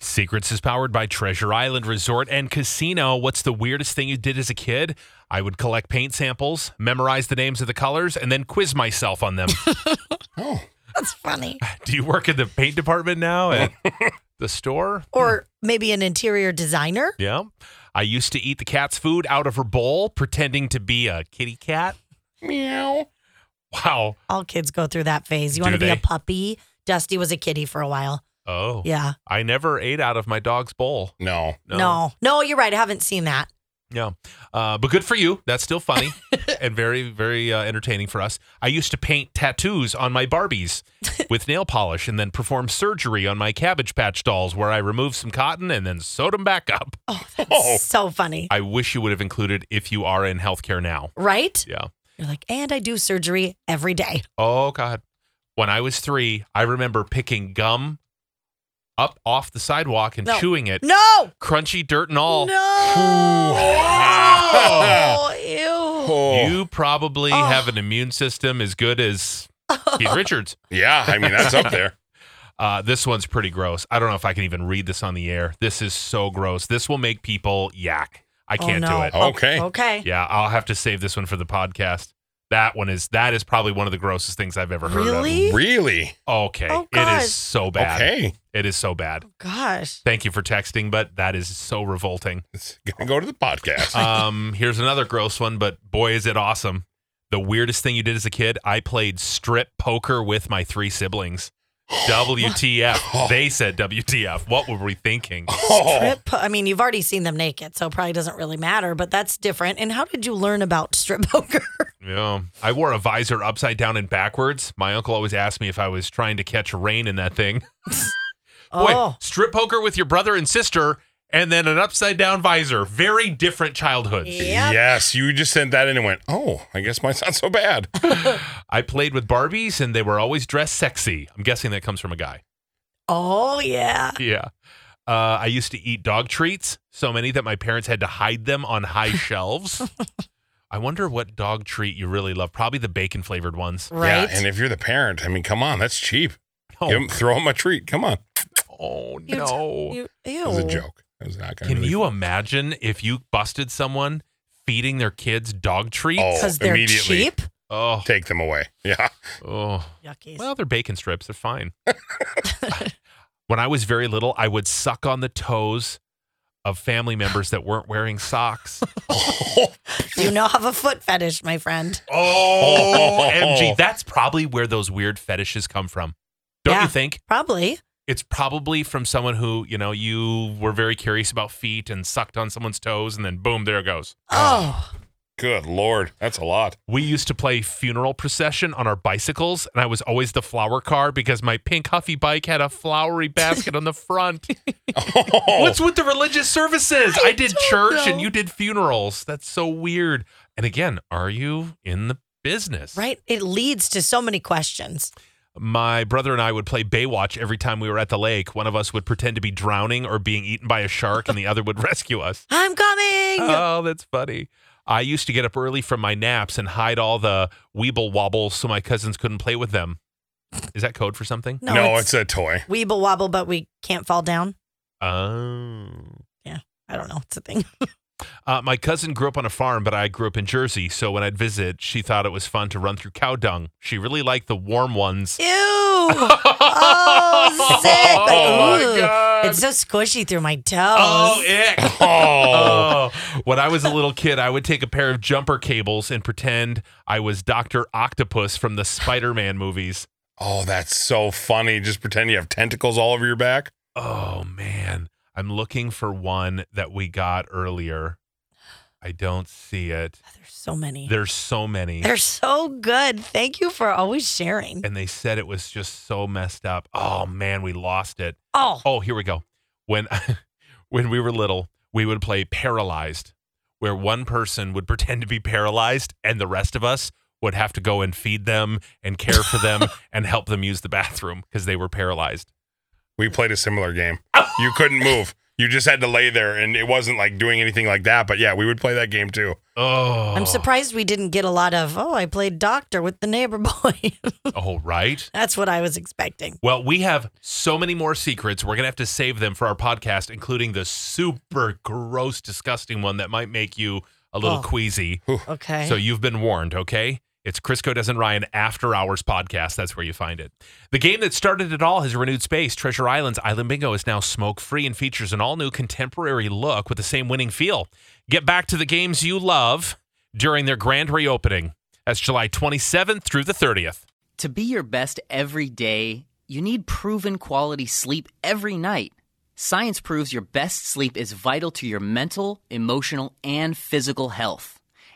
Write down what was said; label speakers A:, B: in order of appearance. A: Secrets is powered by Treasure Island Resort and Casino. What's the weirdest thing you did as a kid? I would collect paint samples, memorize the names of the colors, and then quiz myself on them.
B: Oh,
C: That's funny.
A: Do you work in the paint department now at the store?
C: Or maybe an interior designer.
A: Yeah. I used to eat the cat's food out of her bowl, pretending to be a kitty cat.
B: meow.
A: Wow.
C: All kids go through that phase. You
A: Do
C: want to be a
A: they?
C: puppy. Dusty was a kitty for a while.
A: Oh.
C: Yeah.
A: I never ate out of my dog's bowl.
B: No.
C: No. no. you're right. I haven't seen that.
A: Yeah. Uh, but good for you. That's still funny and very, very uh, entertaining for us. I used to paint tattoos on my Barbies with nail polish and then perform surgery on my Cabbage Patch dolls where I removed some cotton and then sewed them back up.
C: Oh, that's
B: Oh.
C: so funny.
A: I wish you would have included if you are in healthcare now.
C: Right?
A: Yeah.
C: You're like, and I do surgery every day.
A: Oh, God. When I was three, I remember picking gum up off the sidewalk and
C: No.
A: chewing it,
C: No.
A: crunchy dirt and all.
C: No. Ew.
B: Oh.
A: You probably
C: Oh.
A: have an immune system as good as Keith Richards.
B: yeah, I mean that's up there.
A: Uh, this one's pretty gross. I don't know if I can even read this on the air. This is so gross. This will make people yak. I
C: Oh,
A: can't
C: no.
A: do it.
B: Oh. Okay.
C: Okay.
A: Yeah, I'll have to save this one for the podcast. That one is that is probably one of the grossest things I've ever heard of.
C: Really?
B: Really?
A: Okay.
C: Oh,
A: it
C: God.
A: is so bad.
B: Okay.
A: It is so bad.
C: Gosh.
A: Thank you for texting, but that is so revolting.
B: It's gonna go to the podcast.
A: Um, here's another gross one, but boy is it awesome. The weirdest thing you did as a kid, I played strip poker with my three siblings. WTF. they said WTF. What were we thinking?
B: oh.
C: Strip. po- I mean, you've already seen them naked, so it probably doesn't really matter, but that's different. And how did you learn about strip poker?
A: Yeah. I wore a visor upside down and backwards. My uncle always asked me if I was trying to catch rain in that thing. Boy,
C: oh,
A: strip poker with your brother and sister and then an upside down visor. Very different childhoods.
C: yeah.
B: Yes, you just sent that in and went, oh, I guess mine's not so bad.
A: I played with Barbies and they were always dressed sexy. I'm guessing that comes from a guy.
C: Oh, yeah.
A: Yeah. Uh, I used to eat dog treats, so many that my parents had to hide them on high shelves. I wonder what dog treat you really love. Probably the bacon flavored ones.
C: Right.
B: Yeah, and if you're the parent, I mean, come on, that's cheap.
A: Oh,
B: Give 'em- throw him a treat. Come on.
A: oh,
C: You-
A: no.
C: You,
B: It was a
C: ew.
B: joke. It was not gonna
A: Can
B: really-
A: you imagine if you busted someone feeding their kids dog treats?
B: Oh,
C: Because they're
B: immediately.
C: cheap.
A: Oh,
B: take them away? Yeah.
A: oh.
C: Yuckies.
A: Well, they're bacon strips. They're fine. when I was very little, I would suck on the toes of family members that weren't wearing socks.
B: Oh,
C: you now have a foot fetish, my friend.
A: Oh, MG. That's probably where those weird fetishes come from. Don't
C: Yeah.
A: you think?
C: Probably.
A: It's probably from someone who, you know, you were very curious about feet and sucked on someone's toes, and then boom, there it goes.
C: Oh,
B: good lord, that's a lot.
A: We used to play funeral procession on our bicycles, and I was always the flower car because my pink huffy bike had a flowery basket on the front. What's with the religious services? I, did church and
C: Oh. know.
A: you did funerals. That's so weird. And again, are you in the business?
C: right. It leads to so many questions.
A: My brother and I would play Baywatch every time we were at the lake. One of us would pretend to be drowning or being eaten by a shark, and the other would rescue us.
C: I'm coming.
B: Uh,
A: Oh, that's funny. I used to get up early from my naps and hide all the Weeble wobbles so my cousins couldn't play with them. Is that code for something?
B: no, it's, a toy.
C: weeble wobble, but we can't fall down.
A: Oh.
C: I don't know. It's a thing.
A: Uh, my cousin grew up on a farm, but I grew up in Jersey. So when I'd visit, she thought it was fun to run through cow dung. She really liked the warm ones.
C: Ew.
B: Uh,
C: oh, sick. Like,
A: Oh, my
C: ooh.
A: God.
C: It's so squishy through my toes.
A: Oh, ick.
B: Oh,
A: Oh, when I was a little kid, I would take a pair of jumper cables and pretend I was Dr. Octopus from the Spider Man movies.
B: oh, that's so funny. Just pretend you have tentacles all over your back.
A: Oh, man. I'm looking for one that we got earlier. I don't see it.
C: There's so many.
A: There's so many.
C: They're so good. Thank you for always sharing.
A: And they said it was just so messed up. Oh, man, we lost it.
C: Oh,
A: Oh, here we go. when when we were little, we would play paralyzed, where one person would pretend to be paralyzed and the rest of us would have to go and feed them and care for them and help them use the bathroom because they were paralyzed.
B: We played a similar game. You couldn't move. You just had to lay there, and it wasn't like doing anything like that. But yeah, we would play that game too.
A: Oh,
C: I'm surprised we didn't get a lot of, oh, I played doctor with the neighbor boy.
A: Oh, right.
C: That's what I was expecting.
A: Well, we have so many more secrets. We're going to have to save them for our podcast, including the super gross, disgusting one that might make you a little
C: Oh.
A: queasy.
C: Okay.
A: So you've been warned, okay? It's Crisco Doesn't Ryan After Hours podcast. That's where you find it. The game that started it all has renewed space. Treasure Island's Island Bingo is now smoke free and features an all new contemporary look with the same winning feel. Get back to the games you love during their grand reopening. That's July 27th through the 30th.
D: To be your best every day, you need proven quality sleep every night. Science proves your best sleep is vital to your mental, emotional, and physical health.